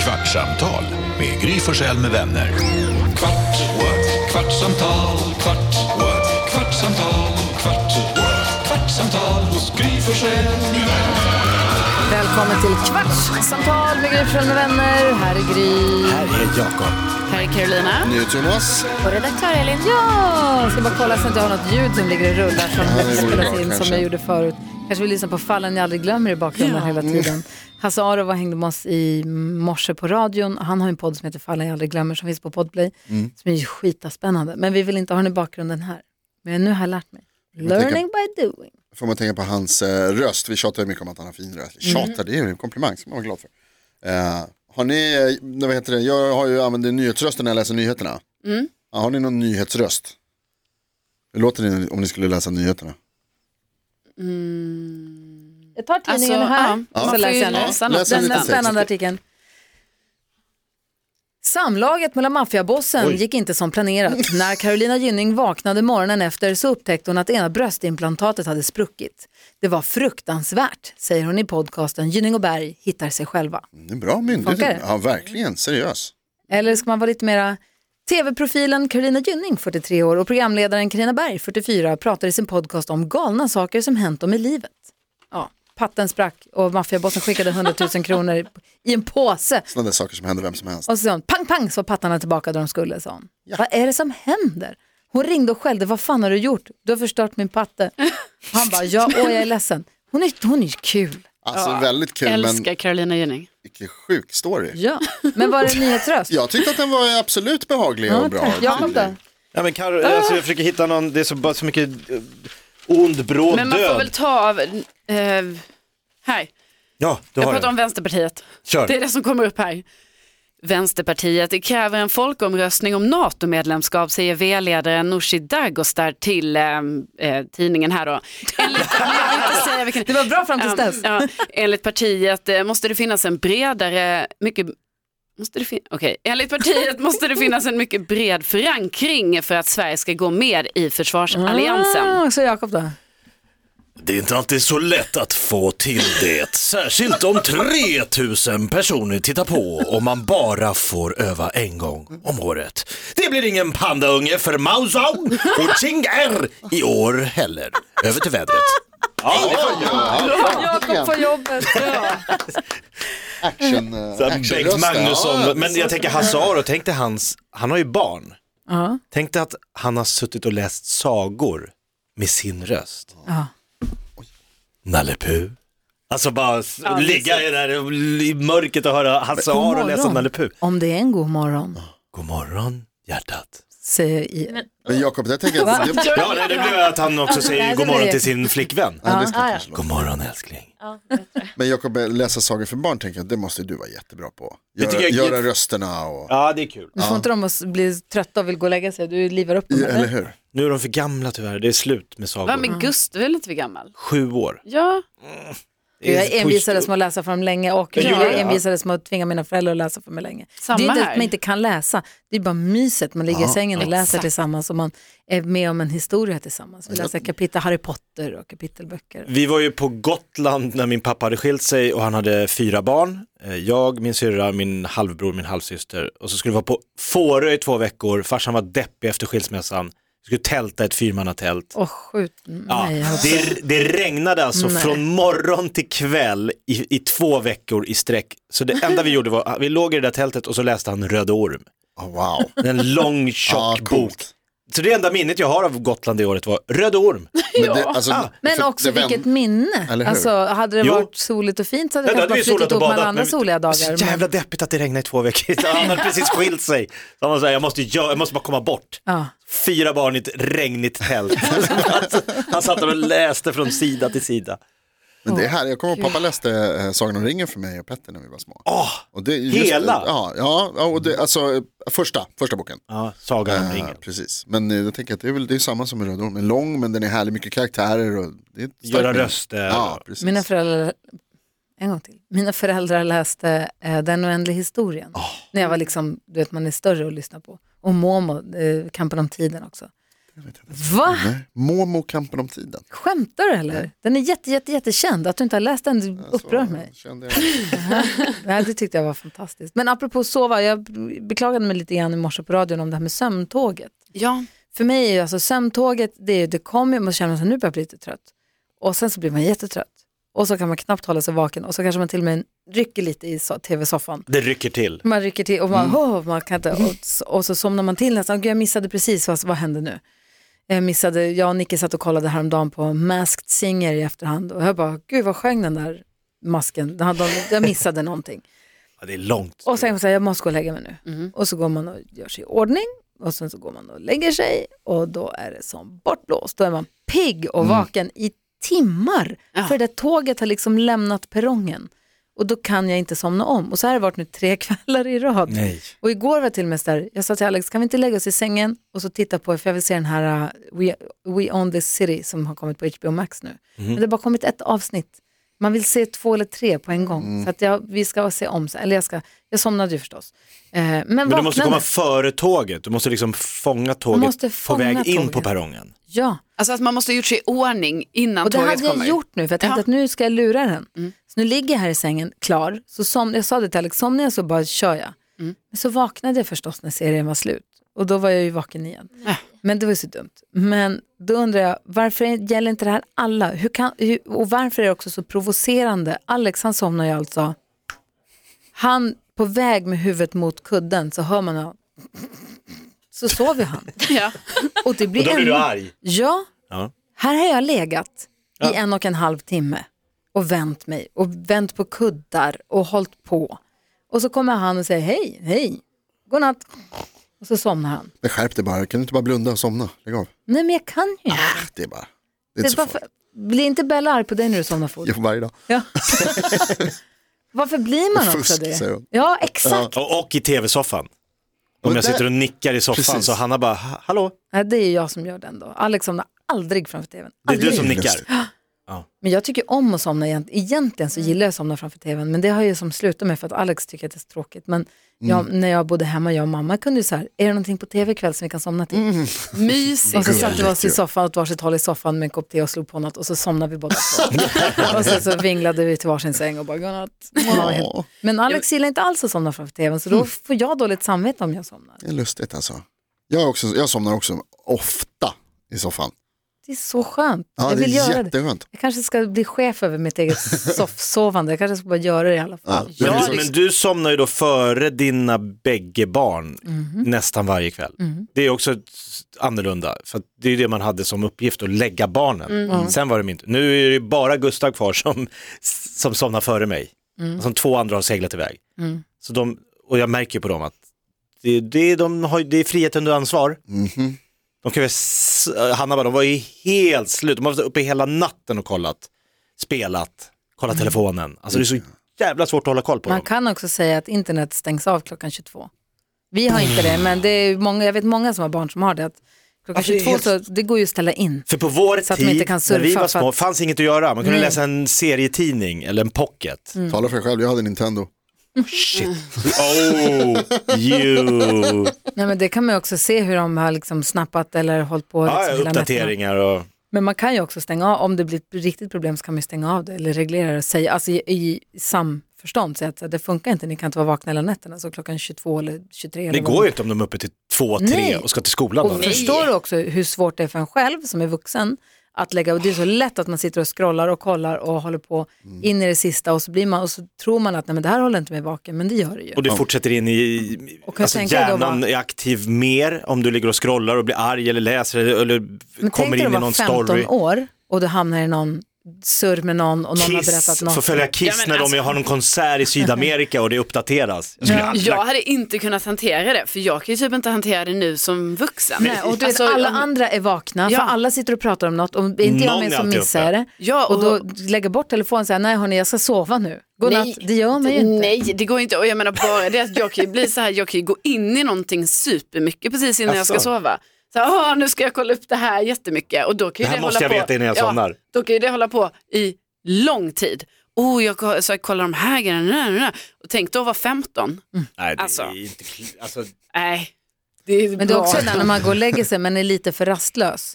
Kvartsamtal med Gry Forssell med vänner. Kvart, what? kvartsamtal, kvart, what? kvartsamtal, kvart, what? kvartsamtal hos Gry Forssell med vänner. Välkommen till Kvartssamtal med Gry Forssell med vänner. Här är Gry. Här är Jakob. Här är Carolina. Jonas. Och redaktör Elin. Ja! Ska bara kolla så att jag har något ljud som ligger och rullar som Ja, det vore spelas bra, in som kanske. jag gjorde förut. Kanske vi lyssnar på fallen jag aldrig glömmer i bakgrunden hela Mm. tiden. Hasse Aro var hängde med oss i morse på radion. Han har en podd som heter Fallen jag aldrig glömmer som finns på Podplay. Mm. Som är skitaspännande. Men vi vill inte ha den i bakgrunden här. Men nu har jag lärt mig. Learning by doing. Får man tänka på hans eh, röst. Vi tjatar ju mycket om att han har fin röst. Mm. Tjatar, det är ju en komplimang som man är glad för. Eh, har ni, eh, vad heter det, jag har ju använder nyhetsrösten när jag läser nyheterna. Mm. Ja, har ni någon nyhetsröst? Hur låter ni om ni skulle läsa nyheterna? Jag tar tidningen Alltså, här ja. och så Man får läser ju jag den. läsa något. Läsa Den lite här text. spännande artikeln. Samlaget mellan maffiabossen gick inte som planerat. När Carolina Gynning vaknade morgonen efter så upptäckte hon att ena bröstimplantatet hade spruckit. Det var fruktansvärt, säger hon i podcasten Gynning och Berg hittar sig själva. Det är bra myndighet. Funkar det? Ja, verkligen. Seriös. Eller ska man vara lite mera TV-profilen Carolina Gynning, 43 år, och programledaren Carina Berg, 44, pratar i sin podcast om galna saker som hänt dem i livet. Ja, patten sprack och maffiabossen skickade 100 000 kronor i en påse. Sådana där saker som händer vem som helst. Och så sa hon, pang, pang, så var pattarna tillbaka där de skulle, sa hon. Vad är det som händer? Hon ringde och skällde, vad fan har du gjort? Du har förstört min patte. Han bara, ja, åh, jag är ledsen. Hon är, hon är kul. Alltså väldigt kul Älskar men Carolina Gynning. vilken sjuk story. Ja. Men var det en nyhetsröst? Jag tyckte att den var absolut behaglig och bra. tack. Jakob då? Ja, men Karo, alltså, jag försöker hitta någon, det är så, bara så mycket eh, ond, bråd Men man får död. väl ta av... eh, här, Ja, du jag har pratar den. om Vänsterpartiet. Kör. Det är det som kommer upp här. Vänsterpartiet det kräver en folkomröstning om NATO-medlemskap säger V-ledaren Nooshi Dadgostar till eh, eh, tidningen här då. Enligt, jag vill inte säga vilken, Det var bra fram tills Ja, dess. Ja, enligt partiet eh, måste det finnas en bredare, mycket Måste det fin- Okej. Enligt partiet måste det finnas en mycket bred förankring för att Sverige ska gå med i försvarsalliansen. Ah, så Jakob då? Det är inte alltid så lätt att få till det, särskilt om 3000 personer tittar på om man bara får öva en gång om året. Det blir ingen pandaunge för Mao Zedong och Ching Er i år heller. Över till vädret. Jakob på jobbet. Action, Så eh, att Bengt actionrösten. Magnusson, Ja, men jag tänker Hasse Aro, tänk dig hans, han har ju barn. Ja. Tänk dig att han har suttit och läst sagor med sin röst. Ja. Nalle Puh. Alltså bara s- ligga i, det här, i mörkret och höra Hasse God Aro läsa morgon. Nalle Puh. Om det är en god morgon, God morgon hjärtat. säger jag i... Men Jakob, jag tänker att det, Ja, nej, det blev att han också säger Nej, god det morgon blir- till sin flickvän. Ja, det ska kanske låta. God morgon älskling. Men Jakob, läsa sagor för barn tänker jag, det måste du vara jättebra på. Göra, tycker jag- göra rösterna och... Ja, det är kul. Du får inte dem att bli trötta och vill gå och lägga sig. Du livar upp dem. Ja, Eller eller? hur? Nu är de för gamla tyvärr, det är slut med sagor. Ja, men Gustav är lite för gammal. Sju år. Ja, Jag envisades med att läsa för dem länge och gjorde jag det, ja. envisades med att tvinga mina föräldrar att läsa för mig länge. Samma det är inte här. att man inte kan läsa, det är bara myset. Man ligger i sängen och läser tillsammans och man är med om en historia tillsammans. Vi läser kapitel Harry Potter och kapitelböcker. Vi var ju på Gotland när min pappa hade skilt sig och han hade fyra barn. Eh, Jag, min syrra, min halvbror, min halvsyster. Och så skulle vi vara på Fårö i två veckor. Farsan var deppig efter skilsmässan. Vi skulle tälta i ett fyrmannatält. Och skjut, Ja, nej. jag hoppas- det, det regnade alltså Nej. från morgon till kväll i, i två veckor i sträck. Så det enda vi gjorde var, vi låg i det där tältet och så läste han Röde Orm. Oh, wow. En lång Ja, tjock bok. coolt. Så det enda minnet jag har av Gotland det året var Röde Orm. Men, det, alltså, Men för- också det vänd- vilket minne. Eller hur? Alltså, hade det Jo. varit soligt och fint så hade Ja, jag då kanske hade vi bara flyttat ihop med alla ju solat och badat. andra Men soliga dagar. Så men- jävla deppigt att det regnade i två veckor. Så Han hade precis skilt sig. Så han var så här, jag måste, gö- jag måste bara komma bort. Ja. Fyra barn i ett regnigt tält. Alltså, han satt där och läste från sida till sida. Men det är här, jag kommer ihåg pappa läste eh, Sagan om ringen för mig och Petter när vi var små. Åh, Och det, just, hela? Ja, ja ja, och det, alltså eh, första, första boken. ja, Sagan om Äh. Eh, ringen. precis, men eh, jag tänker att det är väl det är samma som med Röd Orm, Den är lång men den är härlig, mycket karaktärer och det är ett starkt Göra minne. röster. Ja, precis. Mina föräldrar, en gång till, mina föräldrar läste eh, Den oändliga historien. När jag var liksom, du vet man är större och lyssnar på. Och Momo, eh, Kampen om tiden också. Va? Nej. Momo, kampen om tiden. Skämtar du eller? Den är jätte, jätte, jättekänd. Att du inte har läst den det Alltså. Så upprör mig. Alltså, Kände jag. Nej, det tyckte jag var fantastiskt. Men apropå sova, jag beklagade mig lite grann i morse på radion om det här med sömntåget. Ja, För mig är ju alltså sömntåget, det, är ju- det kommer, man känner sig nu börjar jag bli lite trött. Och sen så blir man jättetrött. Och så kan man knappt hålla sig vaken och så kanske man till och med rycker lite i so- tv-soffan. Det rycker till. Man rycker till och man, "Åh, man kan inte, och, så- och så somnar man till nästan, "Gud, jag missade precis, vad, vad hände nu? Jag missade, jag och Nicke satt och kollade häromdagen på Masked Singer i efterhand och jag bara, gud vad sjöng den där masken, Den hade- jag missade någonting. Ja, det är långt. Och sen säger jag måste gå och lägga mig nu. Och så går man och gör sig i ordning och sen så går man och lägger sig och då är det som bortblåst. Då är man pigg och vaken i timmar Ja. för det där tåget har liksom lämnat perrongen. Och då kan jag inte somna om. Och så här har det varit nu tre kvällar i rad. Nej. Och igår var jag till och med så där, jag sa till Alex, kan vi inte lägga oss i sängen och så titta på, för jag vill se den här uh, We, We Own This City som har kommit på HBO Max nu. Mhm. Men det har bara kommit ett avsnitt. Man vill se två eller tre på en gång. Mm. Så att jag, vi ska se om, så- eller jag ska, jag somnade ju förstås. Eh, men Men du måste vaknade. komma före tåget, du måste liksom fånga tåget måste på fånga väg in tåget. på perrongen. Ja, alltså att man måste ha gjort sig i ordning innan och det tåget hade jag kommer. gjort nu för jag tänkte Ja. att nu ska jag lura den. Mm. Så nu ligger jag här i sängen klar, så som, jag sa det till Alex, somnar jag så bara kör jag. Mm. Men så vaknade jag förstås när serien var slut och då var jag ju vaken igen. Äh. Ja. Men det var ju så dumt. Men då undrar jag, varför gäller inte det här alla? Hur kan, hur, och varför är det också så provocerande? Alex han somnar ju alltså, han på väg med huvudet mot kudden så hör man honom. Så sover han. Ja. Och, det blir Och då blir ännu- du arg. Ja, Ja. här har jag legat i en och en halv timme och vänt mig och vänt på kuddar och hållit på. Och så kommer han och säger hej, hej, godnatt. Och så somnar han. Men skärp dig bara, kan du inte bara blunda och somna? Lägg av. Nej men jag kan ju inte. Ah, Det är bara, det är Det inte är så bara för- farligt. Blir inte Bella arg på dig när du somnar fort? Jo, varje dag. Ja. Varför blir man också Fusk, säger det? hon. Ja, exakt. Och, och i tv-soffan. Om Men jag där- sitter och nickar i soffan Precis. så Hanna bara, "Ha- hallå, Nej, det är ju jag som gör den då. Alex somnar aldrig framför tvn. det är du Aldrig. som nickar. Lustigt. Men jag tycker om att somna egent- egentligen Mm. så gillar jag att somna framför tvn men det har jag ju som slutat med för att Alex tycker att det är så tråkigt. Men jag, Mm. när jag bodde hemma, jag och mamma kunde ju så här, är det någonting på tv ikväll som vi kan somna Mm, till? Och Mysigt. så satte vi oss i soffan åt varsitt håll i soffan med en kopp te och slog på något och så somnade vi båda två. och sen så vinglade vi till varsin säng och bara godnatt. Ja, Mm. Men Alex gillar inte alls att somna framför tvn så då får jag dåligt samvete om jag somnar. det är lustigt alltså. Jag, är också, jag somnar också ofta i soffan. Det är så skönt. Ja, jag det vill är göra det. jätteskönt. Jag kanske ska bli chef över mitt eget soffsovande. Jag kanske ska bara göra det i alla fall. Ja, det är Men, du, så- men du somnar ju då före dina bägge barn Mhm. nästan varje kväll. Det är också s- annorlunda, för att det är ju det man hade som uppgift, att lägga barnen. Mm. Sen var det inte. Nu är det bara Gustav kvar som, som somnar före mig, Mm. som två andra har seglat iväg. Så de, och jag märker ju på dem att det, det, de har, ju- det är frihet under ansvar. De kan ju, s- Hanna bara, de var ju helt slut, de har varit uppe hela natten och kollat, spelat, kollat telefonen. Alltså det är så jävla svårt att hålla koll på Mm. Man dem. kan också säga att internet stängs av klockan 22. Vi har inte det, men det är många, jag vet många som har barn som har det. Att klockan Alltså, det är 22 så det går ju att ställa in. För på vår Så att de tid, inte kan när vi surfa var för små, att- fanns inget att göra. Man kunde Nej. Mm. läsa en serietidning eller en pocket. Tala för dig själv, jag hade Nintendo. Shit. Oh, you. Nej, men det kan man ju också se hur de har liksom snappat eller hållit på. Ja, liksom hela nätterna. uppdateringar och... Men man kan ju också stänga av, om det blir ett riktigt problem så kan man ju stänga av det eller reglera det och säga, alltså i, i samförstånd, säga att så här, det funkar inte, ni kan inte vara vakna hela nätterna, så klockan 22 eller 23. Det eller vad går ju inte om de är uppe till två, tre Nej. och ska till skolan. då. Och förstår du också hur svårt det är för en själv som är vuxen att lägga, och det är så lätt att man sitter och scrollar och kollar och håller på Mm. in i det sista och så blir man, och så tror man att nej men det här håller inte mig vaken, men det gör det ju. Och det fortsätter in i, Och kan jag alltså tänka dig då hjärnan vara- är aktiv mer om du ligger och scrollar och blir arg eller läser eller, eller men kommer tänk in dig i att någon vara 15 story. år och du hamnar i någon surr med någon och någon har berättat Kiss, något. får följa Kiss Ja, men när alltså- de har någon konsert i Sydamerika och det uppdateras. Jag skulle aldrig Jag hade inte kunnat hantera det, för jag kan ju typ inte hantera det nu som vuxen. Nej, och du vet, Alltså, alla om- andra är vakna, Ja. för alla sitter och pratar om något och inte jag Någon med är som alltid missar uppe. det. Ja, och, och- då lägger bort telefonen och säger, nej hörni jag ska sova nu. Godnatt, det gör man ju inte. Nej, det går inte. Och jag menar bara det att jag kan ju bli så här, jag kan ju gå in i någonting supermycket precis innan jag Asså. ska sova. Så här, "Åh, nu ska jag kolla upp det här jättemycket. Och då kan ju Det här det måste hålla jag på, veta innan jag somnar. Då kan ju det hålla på i lång tid. Oh, jag ko- så jag kollar de här grejerna. Och tänk då var 15. Nej, det Alltså. är inte... kl- Alltså, Nej, Det är Men det är bra. också det där när man går och lägger sig men är lite för rastlös.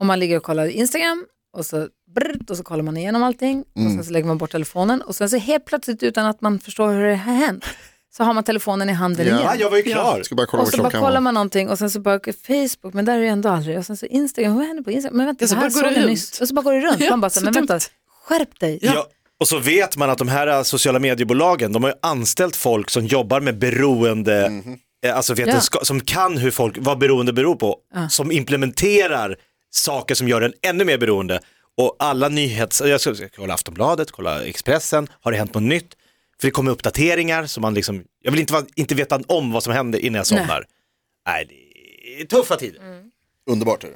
Om man ligger och kollar Instagram och så, brrrt, och så kollar man igenom allting och sen så lägger man bort telefonen och sen så helt plötsligt utan att man förstår hur det har hänt så har man telefonen i handen Ja. igen. Ja, Jag var ju klar. Jag ska bara kolla Och vad så bara klockan kollar var. man någonting och sen så bara Facebook, men där är det ändå aldrig. Och sen så Instagram, vad händer på Instagram? Men vänta, Ja, så det här bara går såg det jag runt. nyss. Och så bara går det runt. Ja, man bara, så, så men vänta, dumt. skärp dig. Ja. Och så vet man att de här äh, sociala mediebolagen, de har ju anställt folk som jobbar med beroende, eh, alltså vetenskap, som kan hur folk, vad beroende beror på, som implementerar saker som gör en ännu mer beroende. Och alla nyhets, jag ska, jag ska kolla Aftonbladet, kolla Expressen, har det hänt något nytt? För det kommer uppdateringar som man liksom, jag vill inte, vara- inte veta om vad som händer innan jag somnar. Nej, det är tuffa tider. Underbart är det.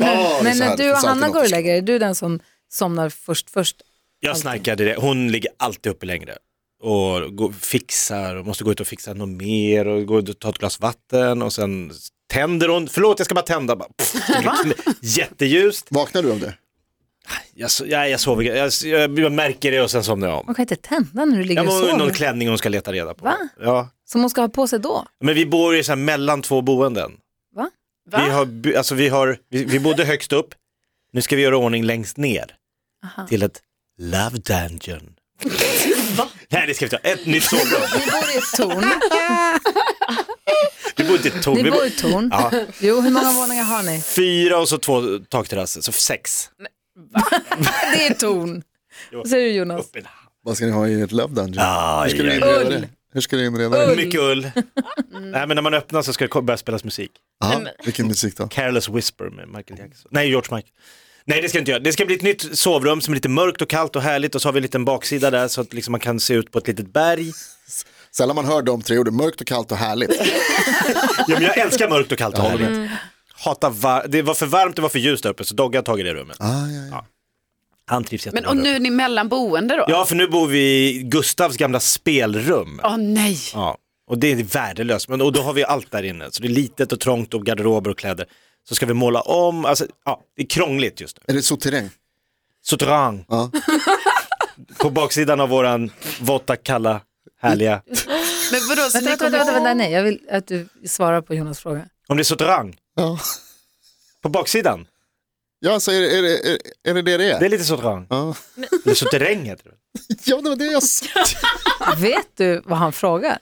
oh, Men när du och Hanna går och lägger dig, är du den som somnar först först? Jag snarkade det, hon ligger alltid uppe längre och går, fixar och måste gå ut och fixa något mer och gå ut och ta ett glas vatten och sen tänder hon, förlåt jag ska bara tända, bara, pff, jätteljust. Vaknar du av det? Jag, so- jag, jag sover, jag, jag, jag märker det och sen somnar jag om. Man kan inte tända när du ligger Jag och har någon sover. klänning hon ska leta reda på. Va? Ja. Som hon ska ha på sig då. Men vi bor ju så här mellan två boenden. Va? Va? Vi, har, by- alltså vi, har, vi, vi bodde högst upp, nu ska vi göra ordning längst ner till ett love dungeon. Nej det ska vi inte ha, ett nytt sovrum. Ni bor i ett torn. Vi bor inte i ett torn, Ni vi bor bor i ett torn. Ja. Jo, hur många våningar har ni? fyra och så två takterrasser, så sex. Det är ett torn. Vad säger du Jonas? Upp i en hand. Vad ska ni ha i ett love dungeon? Hur ska ni aj, inreda det? Hur ska ni inreda det? Mycket ull. Nej men när man öppnar så ska det ko- börja spelas musik. Aha, vilken musik då? Careless Whisper med Michael Jackson. Nej, George Michael. Nej det ska jag inte göra. Det ska bli ett nytt sovrum som är lite mörkt och kallt och härligt och så har vi en liten baksida där så att liksom man kan se ut på ett litet berg. Sällan man hör de tre orden, mörkt och kallt och härligt. Ja, men jag älskar mörkt och kallt och härligt. Hatar var- det var för varmt, det var för ljust där uppe så Dogge har tagit det rummet. Ah, ja, ja. Han trivs Men jättebra och där nu uppe. är ni mellanboende då? Ja för nu bor vi i Gustavs gamla spelrum. Åh nej. Ja, och det är värdelöst. Men, och då har vi allt där inne. Så det är litet och trångt och garderober och kläder. Så ska vi måla om, alltså, ja, det är krångligt just nu. Är det souterräng? Souterrain. Ja. På baksidan av våran våta, kalla, härliga. Men vadå, Vänta, så ni vänta, vänta, kommer... vänta, nej, jag vill att du svarar på Jonas fråga. Om det är souterrain, Ja, på baksidan. ja så är det är det, är, är det, det det är? Det är lite souterrain. Ja. Eller souterräng heter det. ja, det var det jag sa. Vet du vad han frågar?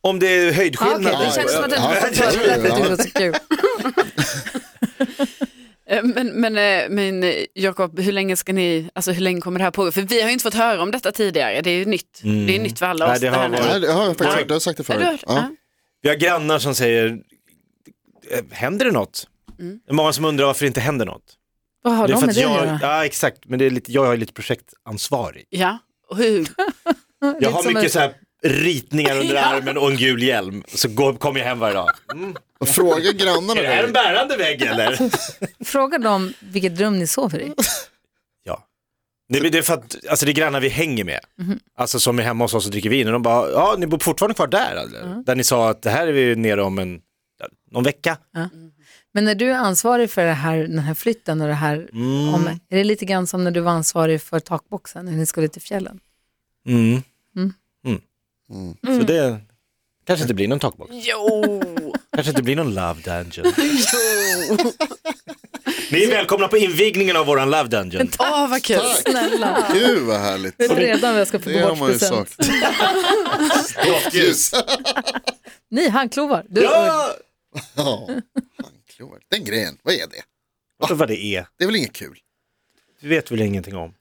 Om det är Ah, Okej, höjdskillnad. det känns som att du inte Ja, var ja, så det ja. lät inte så kul. Eh, Men, men, eh, men eh, Jakob, hur länge ska ni, alltså hur länge kommer det här pågå? För vi har ju inte fått höra om detta tidigare, det är ju nytt. Det är nytt för alla Mm. Nej, oss. det har här nu. varit- Nej, det har jag faktiskt Nej. hört, du har sagt det Ja, du har- förut. Ja. Vi har grannar som säger, "Eh, händer det något? Det är många som undrar varför det inte händer något. Vad Mm. har det är de med det att jag, göra? ja exakt, men det är lite, jag är lite projektansvarig. Ja, och hur? Jag har Lite som mycket en- så här ritningar under armen och en gul hjälm. Så går, kommer jag hem varje dag. Och Fråga grannarna Är det här en där. bärande vägg eller? Fråga dem vilket rum ni sover i. Ja. Det, det är för att, alltså det är grannar vi hänger med. Mhm. Alltså som är hemma hos oss och dricker vin och de bara, ja ni bor fortfarande kvar där eller? Mm. Där ni sa att det här är vi nere om en, ja, någon vecka. Men när du är ansvarig för det här, den här flytten och det här, om, är det lite grann som när du var ansvarig för takboxen när ni skulle till fjällen? Mm. Mm. Så det kanske inte blir någon talkbox. Jo, Kanske inte blir någon love dungeon. ni är välkomna på invigningen av våran love dungeon. åh vad kul. Snälla, Gud vad härligt. jag vet redan vad jag ska få Det har bort man ju present. sagt. Doftljus. Ni handklovar, du Ja! Ja, handklovar. Den grejen, vad är det? Jag vet vad det E? är. Det är väl inget kul? Du vet väl ingenting om?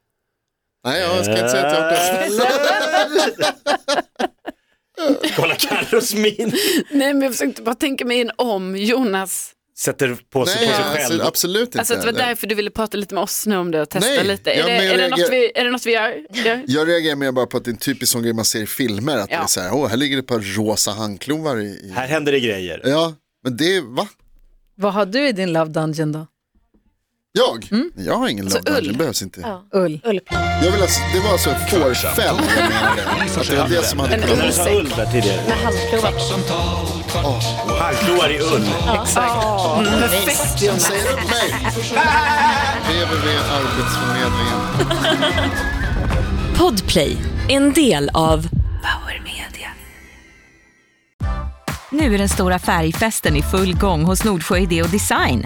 Nej, jag ska inte säga att jag Eh, har hört det. Kolla Carros min. Nej men jag försökte bara tänka mig in om Jonas. Sätter på sig Nej, på sig själv. alltså, absolut inte. Alltså att det var därför du ville prata lite med oss nu om det och testa Nej, lite. Är, jag det, men är, det reagerar- något vi, är det något vi gör? gör? Jag reagerar mer bara på att det är en typisk sån grej man ser i filmer, att det är Ja. så här, åh, här ligger det ett par rosa handklovar i... i... Här händer det grejer. Ja, men det, va? Vad har du i din love dungeon då? Jag? Jag har ingen love Mm. ull. dungeon, det behövs inte. Ull. Jag vill alltså, det var alltså fårfäll jag menade. Att det var det som hade kunnat När du sa ull där tidigare. Kvartsamtal, kvart, Handklovar i ull. Perfekt Jonas. Säger upp mig! www Arbetsförmedlingen. Podplay, en del av Nu är den stora färgfesten i full gång hos Nordsjö Idé och Design.